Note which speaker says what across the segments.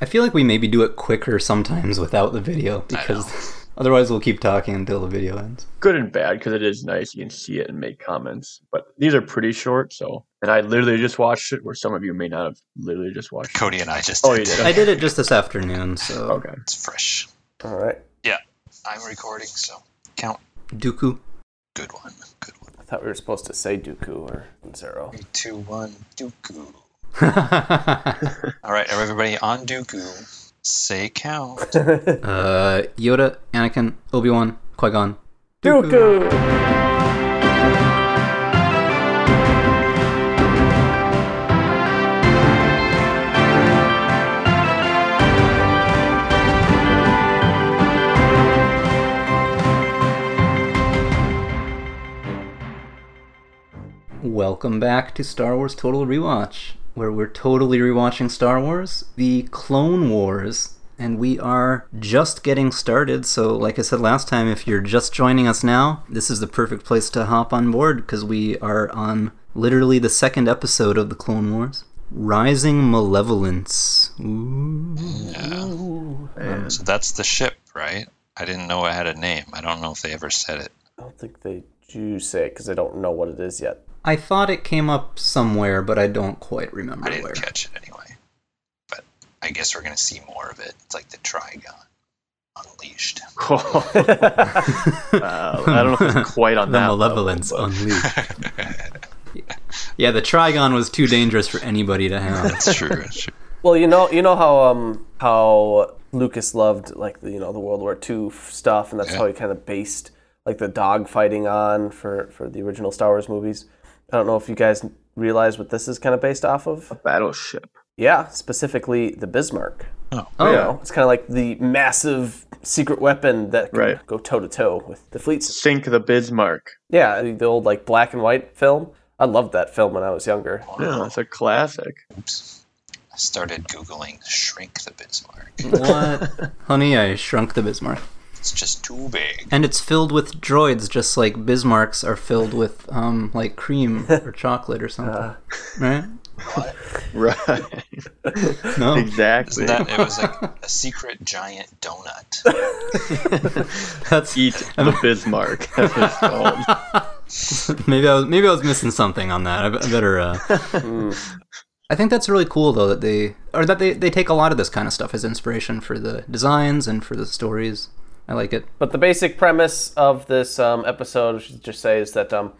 Speaker 1: I feel like we maybe do it quicker sometimes without the video because otherwise we'll keep talking until the video ends.
Speaker 2: Good and bad because it is nice. You can see it and make comments. But these are pretty short. So, and I literally just watched it, where some of you may not have literally just watched it.
Speaker 3: Cody and I just
Speaker 2: Oh,
Speaker 3: did.
Speaker 2: you did?
Speaker 1: I did it just this afternoon, so
Speaker 2: Okay.
Speaker 3: It's fresh.
Speaker 4: All right.
Speaker 3: I'm recording, so count.
Speaker 1: Dooku.
Speaker 3: Good one. Good one.
Speaker 4: I thought we were supposed to say Dooku or Zero.
Speaker 3: Three, two, one. Dooku. All right, everybody on Dooku. Say count.
Speaker 1: uh, Yoda, Anakin, Obi Wan, Qui Gon.
Speaker 4: Dooku.
Speaker 1: Welcome back to Star Wars Total Rewatch, where we're totally rewatching Star Wars, the Clone Wars, and we are just getting started. So, like I said last time, if you're just joining us now, this is the perfect place to hop on board because we are on literally the second episode of the Clone Wars. Rising Malevolence. Ooh.
Speaker 2: And
Speaker 3: So that's the ship, right? I didn't know it had a name. I don't know if they ever said it.
Speaker 4: I don't think they do say it because I don't know what it is yet.
Speaker 1: I thought it came up somewhere, but I don't quite remember
Speaker 3: I didn't
Speaker 1: where.
Speaker 3: catch it anyway. But I guess we're going to see more of it. It's like the Trigon unleashed.
Speaker 2: Uh, I don't know if it's quite on
Speaker 1: The
Speaker 2: that.
Speaker 1: malevolence
Speaker 2: level,
Speaker 1: unleashed. yeah, the Trigon was too dangerous for anybody to have.
Speaker 3: That's true. it's true.
Speaker 4: Well, you know, you know how um how Lucas loved like the, you know the World War II f- stuff, and that's how he kind of based like the dog fighting on for for the original Star Wars movies. I don't know if you guys realize what this is kind of based off of.
Speaker 2: but Battleship.
Speaker 4: Yeah, specifically the Bismarck.
Speaker 1: Oh,
Speaker 4: You know, it's kind of like the massive secret weapon that can
Speaker 2: Right.
Speaker 4: go toe to toe with the fleets.
Speaker 2: Sink the Bismarck.
Speaker 4: Yeah, the old like black and white film. I loved that film when I was younger.
Speaker 2: Yeah, it's a classic.
Speaker 3: Oops. I started Googling shrink the Bismarck.
Speaker 1: what? Honey, I shrunk the Bismarck.
Speaker 3: It's just too big.
Speaker 1: And it's filled with droids, just like Bismarcks are filled with, um, like cream or chocolate or something. right?
Speaker 2: Right.
Speaker 1: No?
Speaker 2: exactly.
Speaker 3: Isn't that? It was like a secret giant donut.
Speaker 1: That's,
Speaker 2: Eat the Bismarck. That's what it's called.
Speaker 1: maybe I was maybe I was missing something on that. I be- I better. Uh... I think that's really cool though that they or that they, they take a lot of this kind of stuff as inspiration for the designs and for the stories. I like it.
Speaker 4: But the basic premise of this um, episode, I should just say, is that um,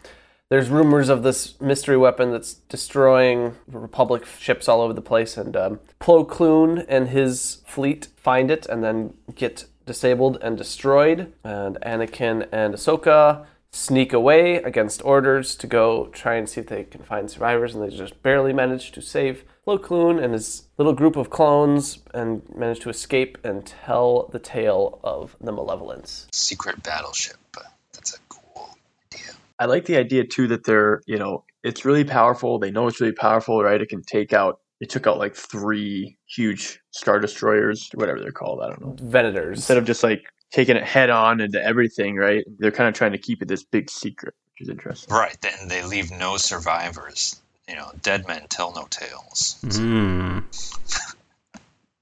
Speaker 4: there's rumors of this mystery weapon that's destroying Republic ships all over the place, and um, Plo Koon and his fleet find it and then get disabled and destroyed, and Anakin and Ahsoka sneak away against orders to go try and see if they can find survivors, and they just barely manage to save Plo Koon and his little group of clones, and manage to escape and tell the tale of the malevolence.
Speaker 3: Secret battleship. but That's a cool idea.
Speaker 2: I like the idea too that they're, you know, it's really powerful. They know it's really powerful, right? It can take out. It took out like three huge star destroyers, whatever they're called. I don't know.
Speaker 4: Venators.
Speaker 2: Instead of just like taking it head on into everything, right? They're kind of trying to keep it this big secret, which is interesting.
Speaker 3: Right. Then they leave no survivors. You know, dead men tell no tales.
Speaker 1: Mm.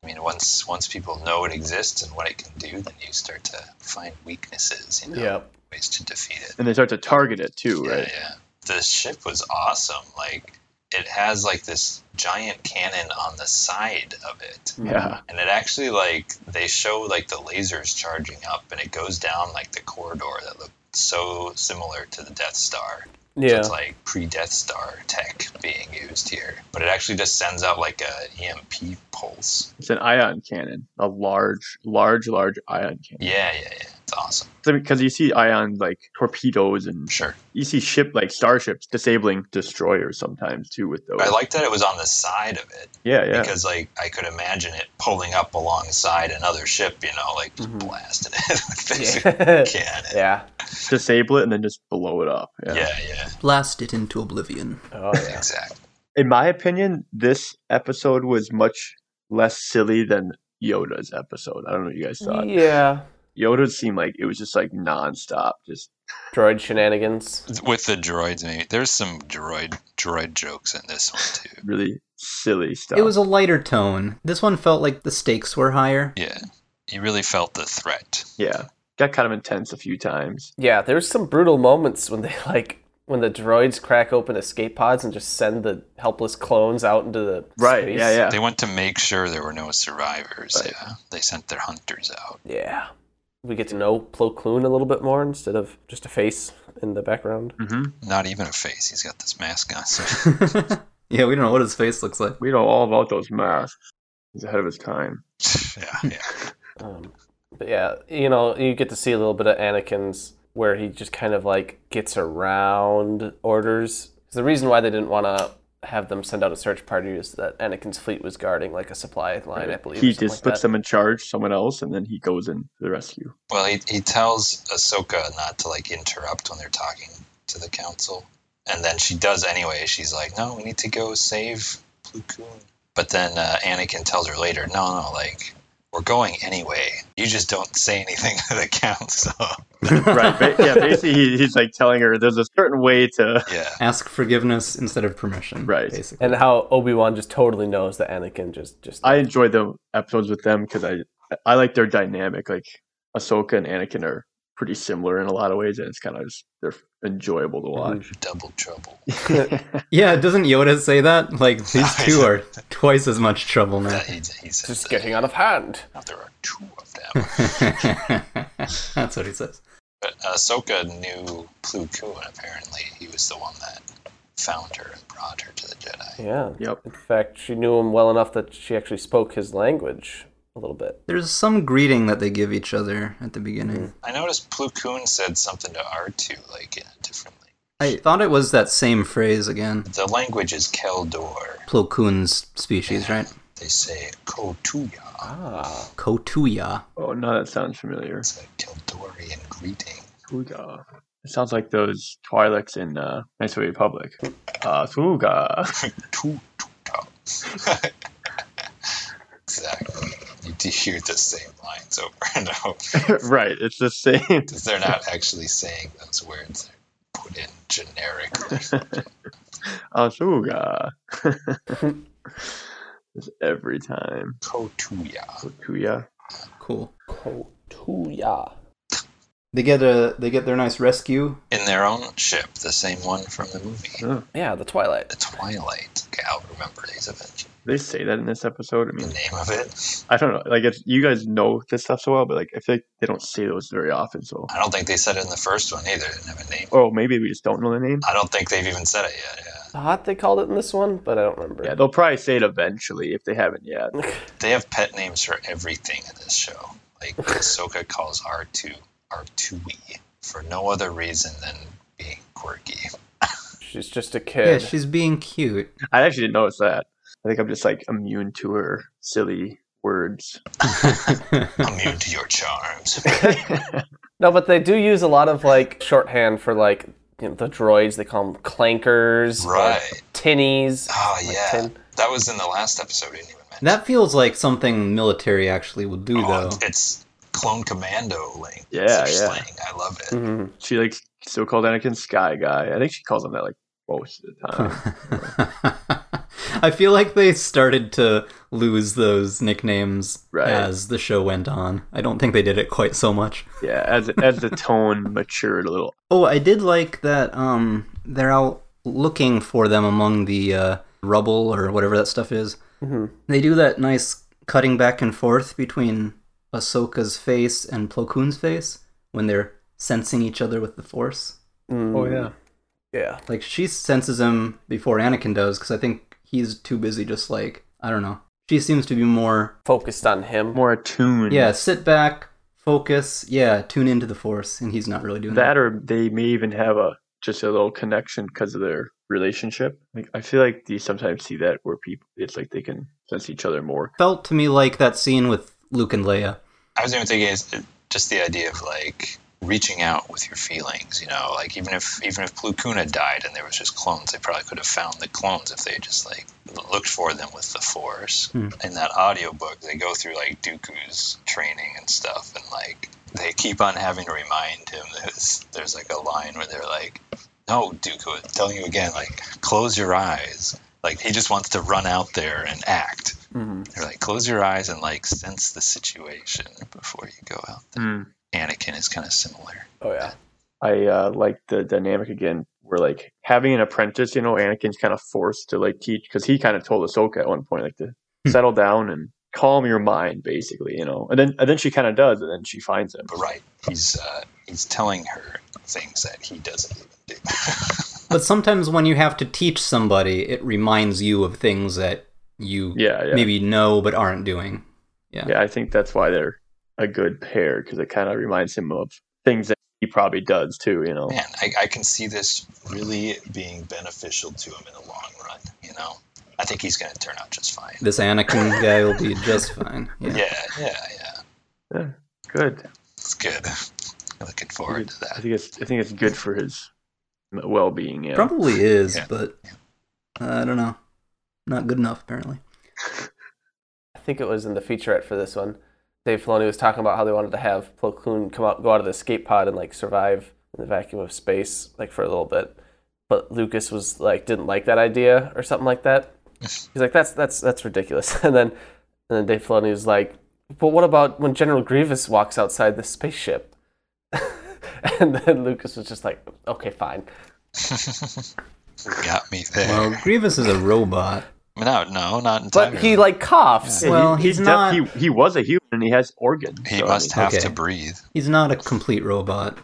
Speaker 3: I mean, once once people know it exists and what it can do, then you start to find weaknesses, you know,
Speaker 4: Yep.
Speaker 3: ways to defeat it.
Speaker 2: And they start to target it too,
Speaker 3: Yeah,
Speaker 2: right?
Speaker 3: yeah. The ship was awesome. Like, it has like this giant cannon on the side of it,
Speaker 2: Yeah.
Speaker 3: and it actually like they show like the lasers charging up, and it goes down like the corridor that looked so similar to the Death Star. So
Speaker 4: Yeah.
Speaker 3: it's like pre-Death Star tech being used here, but it actually just sends out like a EMP pulse.
Speaker 2: It's an ion cannon, a large, large, large ion cannon.
Speaker 3: Yeah, yeah, yeah. It's awesome.
Speaker 2: Because you see ion like torpedoes and
Speaker 3: Sure.
Speaker 2: you see ship like starships disabling destroyers sometimes too with those.
Speaker 3: I like that it was on the side of it
Speaker 2: yeah, yeah.
Speaker 3: because, like, I could imagine it pulling up alongside another ship, you know, like just blasting it with this
Speaker 4: Mm-hmm. Yeah.
Speaker 3: cannon.
Speaker 4: yeah.
Speaker 2: Disable it and then just blow it up.
Speaker 3: Yeah, yeah, yeah,
Speaker 1: Blast it into oblivion.
Speaker 4: Oh, yeah.
Speaker 3: exactly.
Speaker 2: In my opinion, this episode was much less silly than Yoda's episode. I don't know what you guys thought.
Speaker 4: yeah.
Speaker 2: Yoda seemed like it was just like nonstop, just
Speaker 4: droid shenanigans.
Speaker 3: with the droids. Maybe there's some droid droid jokes in this one too.
Speaker 2: Really silly stuff.
Speaker 1: It was a lighter tone. This one felt like the stakes were higher.
Speaker 3: Yeah, you really felt the threat.
Speaker 2: yeah, got kind of intense a few times.
Speaker 4: Yeah, there's some brutal moments when they like when the droids crack open escape pods and just send the helpless clones out into the
Speaker 2: Right.
Speaker 4: space.
Speaker 2: Yeah, yeah.
Speaker 3: They want to make sure there were no survivors.
Speaker 2: Right.
Speaker 3: Yeah, they sent their hunters out.
Speaker 4: Yeah. We get to know Plo Koon a little bit more instead of just a face in the background.
Speaker 2: hmm
Speaker 3: Not even a face. He's got this mask on. So
Speaker 1: yeah, we don't know what his face looks like.
Speaker 2: We know all about those masks. He's ahead of his time.
Speaker 3: yeah, yeah.
Speaker 4: Um, but yeah, you know, you get to see a little bit of Anakin's where he just kind of like gets around orders. 'Cause The reason why they didn't want to have them send out a search party is that Anakin's fleet was guarding like a supply line, I believe. or
Speaker 2: he
Speaker 4: something
Speaker 2: just
Speaker 4: like
Speaker 2: puts
Speaker 4: that.
Speaker 2: them in charge, someone else, and then he goes in to the rescue.
Speaker 3: Well, he, he tells Ahsoka not to like interrupt when they're talking to the council, and then she does anyway. She's like, "No, we need to go save Plo Koon." But then uh, Anakin tells her later, "No, no, like we're going anyway. You just don't say anything to the council."
Speaker 2: right. Ba- yeah. Basically, he, he's like telling her there's a certain way to.
Speaker 3: yeah,
Speaker 1: Ask forgiveness instead of permission.
Speaker 2: Right.
Speaker 1: Basically.
Speaker 4: And how Obi Wan just totally knows that Anakin just just
Speaker 2: I enjoy the episodes with them because I I like their dynamic. Like Ahsoka and Anakin are pretty similar in a lot of ways, and it's kind of just they're enjoyable to watch.
Speaker 3: double trouble.
Speaker 1: yeah, doesn't Yoda say that? Like, these two are twice as much trouble now.
Speaker 3: That he, he says
Speaker 4: just
Speaker 3: that.
Speaker 4: getting out of hand.
Speaker 3: Now there are two of them.
Speaker 1: That's what he says.
Speaker 3: but Ahsoka knew Plo Koon. Apparently, he was the one that found her and brought her to the Jedi.
Speaker 4: Yeah.
Speaker 2: yep.
Speaker 4: In fact, she knew him well enough that she actually spoke his language a little bit.
Speaker 1: There's some greeting that they give each other at the
Speaker 2: Mm.
Speaker 1: beginning.
Speaker 3: I noticed Plo Koon said something to R2, like in a different language.
Speaker 1: I thought it was that same phrase again.
Speaker 3: The language is Keldor.
Speaker 1: Plo Koon's species, right?
Speaker 3: They say Kotuya.
Speaker 4: Ah.
Speaker 1: Kotuya.
Speaker 2: Oh, no, that sounds familiar.
Speaker 3: It's a Keldorian greeting.
Speaker 2: Fuga. It sounds like those Twi'leks in uh, Knights of the Republic. Uh, Fuga.
Speaker 3: Tu- tu- ta. exactly. You do hear the same lines over and over
Speaker 2: right. It's the same.
Speaker 3: because they're not actually saying those words. They're put in generically.
Speaker 2: Uh, Asuga. Just every time.
Speaker 3: Kotuya.
Speaker 2: Okuya.
Speaker 1: Cool.
Speaker 4: Kotuya.
Speaker 1: They get a they get their nice rescue.
Speaker 3: In their own ship, the same one from the movie.
Speaker 4: Yeah, the Twilight.
Speaker 3: The Twilight. Okay, I'll remember these eventually.
Speaker 2: They say that in this episode. I
Speaker 3: The
Speaker 2: mean,
Speaker 3: name of it.
Speaker 2: I don't know. Like, it's, you guys know this stuff so well, but like, I feel like they don't say those very often. So,
Speaker 3: I don't think they said it in the first one either. They didn't have a name.
Speaker 2: oh, maybe we just don't know the name.
Speaker 3: I don't think they've even said it yet. Yeah.
Speaker 4: I thought they called it in this one, but I don't remember.
Speaker 2: Yeah, they'll probably say it eventually if they haven't yet.
Speaker 3: They have pet names for everything in this show. Like Ahsoka calls R2 R2E E for no other reason than being quirky.
Speaker 4: She's just a
Speaker 1: Yeah,
Speaker 4: kid.
Speaker 1: she's being cute.
Speaker 2: I actually didn't notice that. I think I'm just like immune to her silly words.
Speaker 3: Immune to your charms.
Speaker 4: No, but they do use a lot of like shorthand for like you know, the droids. They call them clankers, or
Speaker 3: Right.
Speaker 4: tinnies.
Speaker 3: Oh
Speaker 4: like
Speaker 3: yeah.
Speaker 4: tin.
Speaker 3: That was in the last episode we didn't even mention.
Speaker 1: That feels like something military actually would do
Speaker 3: Oh,
Speaker 1: though.
Speaker 3: it's clone commando link.
Speaker 2: Yeah,
Speaker 3: It's
Speaker 2: yeah.
Speaker 3: slang. I love it.
Speaker 4: Mhm.
Speaker 2: She like still called Anakin Sky Guy. I think she calls him that like most of the time.
Speaker 1: I feel like they started to lose those nicknames
Speaker 2: Right.
Speaker 1: as the show went on. I don't think they did it quite so much.
Speaker 2: yeah, as as the tone matured a little.
Speaker 1: Oh, I did like that um they're out looking for them among the uh, rubble or whatever that stuff is.
Speaker 3: Mm-hmm.
Speaker 4: Mhm.
Speaker 1: They do that nice cutting back and forth between Ahsoka's face and Plo Koon's face when they're sensing each other with the Force.
Speaker 4: Mm. Yeah.
Speaker 1: Like she senses him before Anakin does because I think he's too busy just like I don't know. She seems to be more
Speaker 4: Focused on him.
Speaker 2: More attuned.
Speaker 1: yeah, sit back, focus, yeah, tune into the Force, and he's not really doing that.
Speaker 2: That or they may even have a just a little connection because of their relationship. Like I feel like you sometimes see that where people it's like they can sense each other more.
Speaker 1: Felt to me like that scene with Luke and Leia.
Speaker 3: I was even thinking it's just the idea of like reaching out with your feelings. You know, like even if even if Plukuna died and there was just clones, they probably could have found the clones if they just like looked for them with the Force.
Speaker 1: Hmm.
Speaker 3: In that audiobook, they go through like Dooku's training and stuff, and like they keep on having to remind him. There's, there's like a line where they're like, "No, Dooku, I'm telling you again, like close your eyes." Like he just wants to run out there and act.
Speaker 4: Mm-hmm.
Speaker 3: They're like, close your eyes and like sense the situation before you go out.
Speaker 2: Hmm.
Speaker 3: Anakin is kind of similar.
Speaker 4: Oh yeah.
Speaker 2: I uh, like the dynamic again, where like having an apprentice, you know, Anakin's kind of forced to like teach because he kind of told Ahsoka at one point like to
Speaker 1: Hmm.
Speaker 2: settle down and calm your mind, basically, you know. And then and then she kind of does, and then she finds him.
Speaker 3: But right, he's uh, he's telling her things that he doesn't even do.
Speaker 1: But sometimes when you have to teach somebody, it reminds you of things that you
Speaker 2: Yeah, yeah,
Speaker 1: maybe know but aren't doing.
Speaker 2: yeah. I think that's why they're a good pair because it kind of reminds him of things that he probably does too, you know.
Speaker 3: Man, I, I can see this really being beneficial to him in the long run. You know, I think he's going to turn out just fine.
Speaker 1: This Anakin guy will be just fine.
Speaker 3: Yeah,
Speaker 1: Yeah.
Speaker 3: yeah, yeah.
Speaker 2: Good.
Speaker 3: It's good. Looking forward to
Speaker 2: I
Speaker 3: that.
Speaker 2: think it's I think it's good for his well being. Yeah.
Speaker 1: Probably is,
Speaker 3: Yeah.
Speaker 1: but uh, I don't know. Not good enough apparently.
Speaker 4: I think it was in the featurette for this one. Dave Filoni was talking about how they wanted to have Plo Koon come out, go out of the escape pod, and like survive in the vacuum of space, like for a little bit. But Lucas was like, didn't like that idea or something like that. He's like, that's that's that's ridiculous. And then, and then Dave Filoni was like, but what about when General Grievous walks outside the spaceship? and then Lucas was just like, okay, fine.
Speaker 3: You Got me there.
Speaker 1: Well, Grievous is a robot.
Speaker 3: no, no, not entirely.
Speaker 4: But he like coughs.
Speaker 2: Yeah, he-
Speaker 1: Well, he's
Speaker 2: def-
Speaker 1: not-
Speaker 2: he, he was a human and he has organs.
Speaker 3: He
Speaker 2: so, I
Speaker 3: must
Speaker 2: mean,
Speaker 3: have
Speaker 1: Okay.
Speaker 3: to breathe.
Speaker 1: He's not a complete robot,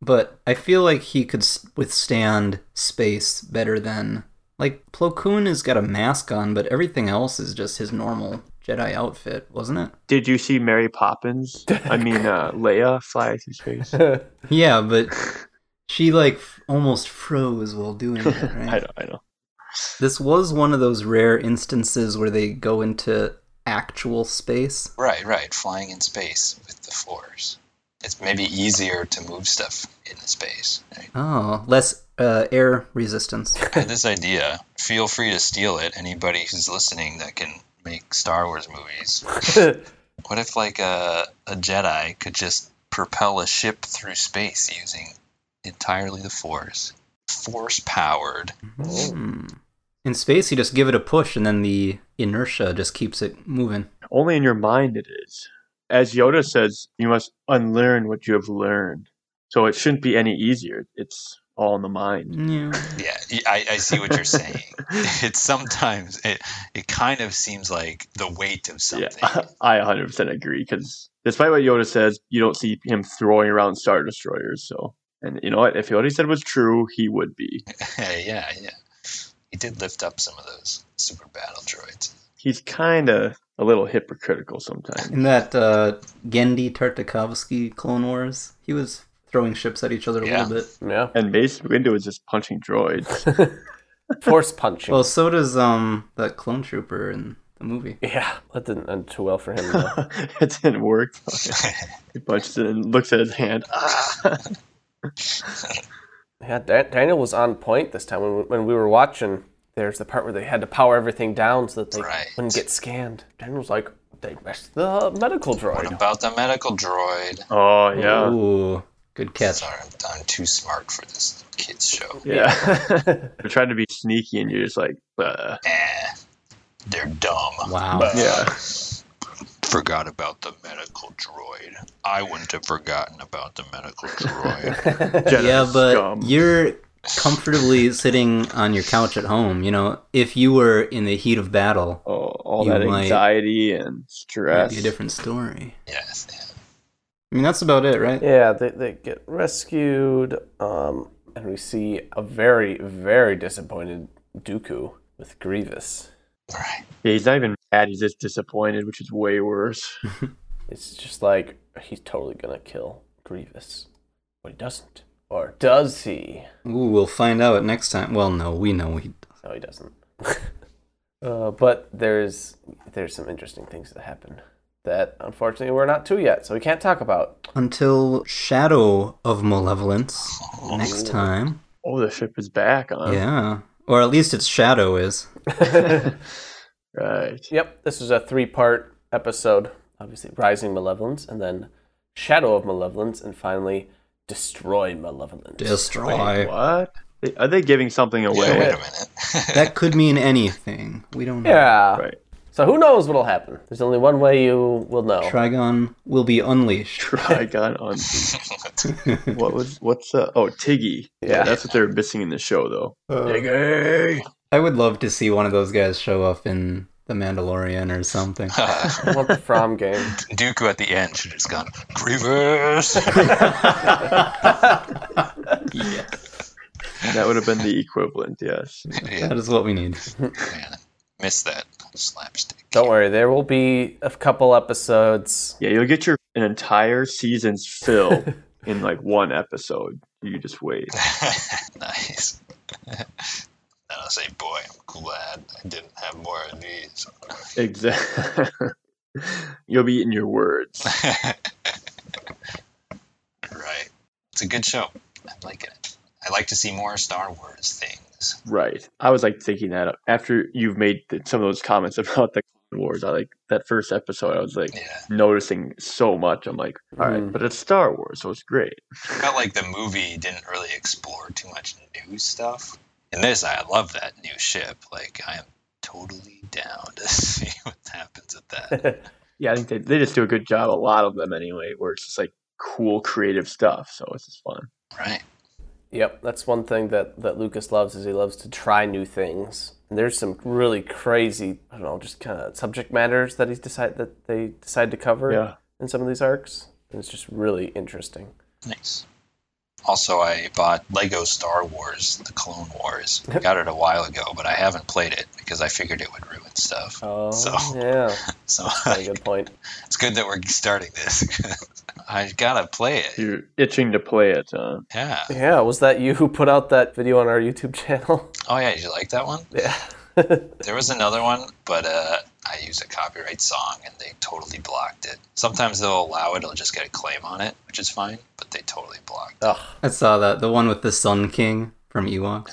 Speaker 1: but I feel like he could s- withstand space better than like Plo Koon has got a mask on, but everything else is just his normal Jedi outfit, wasn't it?
Speaker 2: Did you see Mary Poppins? I mean, uh, Leia fly through space.
Speaker 1: Yeah, but she like f- almost froze while doing it,
Speaker 2: I
Speaker 1: right?
Speaker 2: know, I know.
Speaker 1: This was one of those rare instances where they go into actual space.
Speaker 3: Right, right. Flying in space with the force. It's maybe easier to move stuff in the space. Right?
Speaker 1: Oh, less uh, air resistance.
Speaker 3: I had this idea. Feel free to steal it. Anybody who's listening that can make Star Wars movies. What if like a a Jedi could just propel a ship through space using entirely the force, force powered?
Speaker 1: Hmm. In space, you just give it a push, and then the inertia just keeps it moving.
Speaker 2: Only in your mind it is. As Yoda says, you must unlearn what you have learned. So it shouldn't be any easier. It's all in the mind.
Speaker 1: Yeah.
Speaker 3: Yeah, I, I see what you're saying. It's sometimes it it kind of seems like the weight of something.
Speaker 2: Yeah, I 100% agree because despite what Yoda says, you don't see him throwing around star destroyers. So, and you know what? If what he said was true, he would be.
Speaker 3: yeah, yeah, yeah. He did lift up some of those super battle droids.
Speaker 2: He's kind of a little hypocritical sometimes.
Speaker 1: In that uh, Gendy Tartakovsky Clone Wars, he was throwing ships at each other a
Speaker 3: Yeah.
Speaker 1: little bit.
Speaker 4: yeah.
Speaker 2: And Mace Windu is just punching droids.
Speaker 4: Force punching.
Speaker 1: Well, so does um that clone trooper in the movie.
Speaker 4: yeah, that didn't end too well for him. Though.
Speaker 2: it didn't work. he punches it and looks at his hand. Ah!
Speaker 4: Yeah, Dan- Daniel was on point this time. When we, when we were watching, there's the part where they had to power everything down so that they
Speaker 3: Right.
Speaker 4: wouldn't get scanned. Daniel was like, they messed the medical
Speaker 3: What
Speaker 4: droid.
Speaker 3: about the medical droid?
Speaker 2: oh yeah,
Speaker 1: Ooh, good catch.
Speaker 3: Sorry, I'm, I'm too smart for this kids show.
Speaker 2: yeah. They're trying to be sneaky, and you're just like, uh,
Speaker 3: Eh, they're dumb.
Speaker 1: Wow.
Speaker 3: But-
Speaker 2: yeah.
Speaker 3: Forgot about the medical droid. I wouldn't have forgotten about the medical droid.
Speaker 2: Jedi
Speaker 1: yeah, but
Speaker 2: scum.
Speaker 1: you're comfortably sitting on your couch at home. You know, if you were in the heat of battle,
Speaker 2: Oh, all
Speaker 1: You
Speaker 2: that
Speaker 1: might-
Speaker 2: anxiety and
Speaker 1: it'd
Speaker 2: stress.
Speaker 1: be a different story.
Speaker 3: yes. yeah.
Speaker 1: I mean, that's about it, right?
Speaker 4: yeah, they, they get rescued, um, and we see a very, very disappointed Dooku with Grievous.
Speaker 3: Right.
Speaker 2: Yeah, he's not even mad; he's just disappointed, which is way worse.
Speaker 4: It's just like, he's totally going to kill Grievous. But he doesn't. Or does he?
Speaker 1: Ooh, we'll find out next time. Well, no, we know he.
Speaker 4: No, he doesn't. uh, but there's there's some interesting things that happen. that unfortunately we're not to yet, so we can't talk about.
Speaker 1: Until Shadow of Malevolence
Speaker 3: Oh,
Speaker 1: next time.
Speaker 2: Oh, the ship is back on.
Speaker 1: Yeah. Or at least its shadow is.
Speaker 2: Right.
Speaker 4: Yep, this is a three part episode. Obviously, Rising Malevolence, and then Shadow of Malevolence, and finally, Destroy Malevolence.
Speaker 2: Wait,
Speaker 1: Destroy.
Speaker 2: what? They- Are they giving something
Speaker 3: Yeah,
Speaker 2: away?
Speaker 3: wait a minute.
Speaker 1: That could mean anything. We don't know.
Speaker 4: yeah.
Speaker 2: Right.
Speaker 4: So who knows what'll happen? There's only one way you will know.
Speaker 1: Trigon will be unleashed.
Speaker 2: Trigon on. What was? What's the? Oh, Tiggy.
Speaker 4: Yeah.
Speaker 2: that's what they're missing in the show, though. Tiggy.
Speaker 1: I would love to see one of those guys show up in The Mandalorian or something.
Speaker 4: I want the From game.
Speaker 3: Uh, Dooku at the end should have just gone, Grievous!
Speaker 2: That would have been the equivalent. Yes.
Speaker 3: yeah,
Speaker 1: That is what we need.
Speaker 3: man. Missed that slapstick.
Speaker 4: Don't worry, there will be a couple episodes.
Speaker 2: Yeah, you'll get your an entire season's fill in like one episode. You just wait.
Speaker 3: nice. and I'll say, boy, I'm glad I didn't have more of these.
Speaker 2: Exactly. you'll be eating your words.
Speaker 3: right. It's a good show. I like it. I like to see more Star Wars things.
Speaker 2: Right. I was like thinking that up. after you've made the, some of those comments about the Clone Wars. I like that first episode. I was like
Speaker 3: Yeah.
Speaker 2: noticing so much. I'm like, all right,
Speaker 4: Mm.
Speaker 2: but it's Star Wars, so it's great.
Speaker 3: felt like the movie didn't really explore too much new stuff. In this, I love that new ship. Like, I am totally down to see what happens with that.
Speaker 2: Yeah, I think they, they just do a good job. A lot of them anyway, where it's just like cool, creative stuff. So it's just fun.
Speaker 3: Right.
Speaker 4: Yep, that's one thing that, that Lucas loves is he loves to try new things. And there's some really crazy, I don't know, just kind of subject matters that he's decide that they decide to cover
Speaker 2: Yeah.
Speaker 4: in some of these arcs. And it's just really interesting.
Speaker 3: Nice. Also, I bought Lego Star Wars, The Clone Wars. I got it a while ago, but I haven't played it because I figured it would ruin stuff.
Speaker 4: Oh,
Speaker 3: So-
Speaker 4: yeah,
Speaker 3: So
Speaker 4: that's a good point.
Speaker 3: it's good that we're starting this. I gotta play it.
Speaker 2: You're itching to play it. Huh?
Speaker 3: Yeah.
Speaker 4: Yeah, was that you who put out that video on our YouTube channel?
Speaker 3: Oh, yeah. Did you like that one?
Speaker 4: yeah.
Speaker 3: There was another one, but uh, I used a copyright song and they totally blocked it. Sometimes they'll allow it, it'll just get a claim on it, which is fine, but they totally blocked it.
Speaker 4: Ugh.
Speaker 1: I saw that. The one with the Sun King from Ewoks.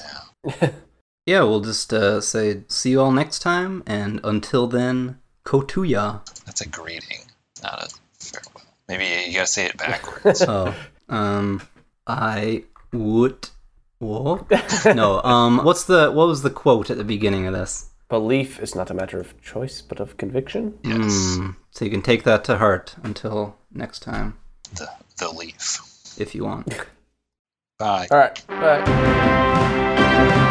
Speaker 1: Yeah, we'll just uh, say see you all next time, and until then, Kotuya.
Speaker 3: That's a greeting, not a farewell. Maybe you gotta say it backwards.
Speaker 1: Oh, um, I would. What? No, um, what's the what was the quote at the beginning of this?
Speaker 4: Belief is not a matter of choice, but of conviction.
Speaker 3: yes.
Speaker 1: Hmm, so you can take that to heart until next time,
Speaker 3: The, the leaf.
Speaker 1: if you want.
Speaker 3: Bye.
Speaker 4: All right. Bye.
Speaker 3: Bye.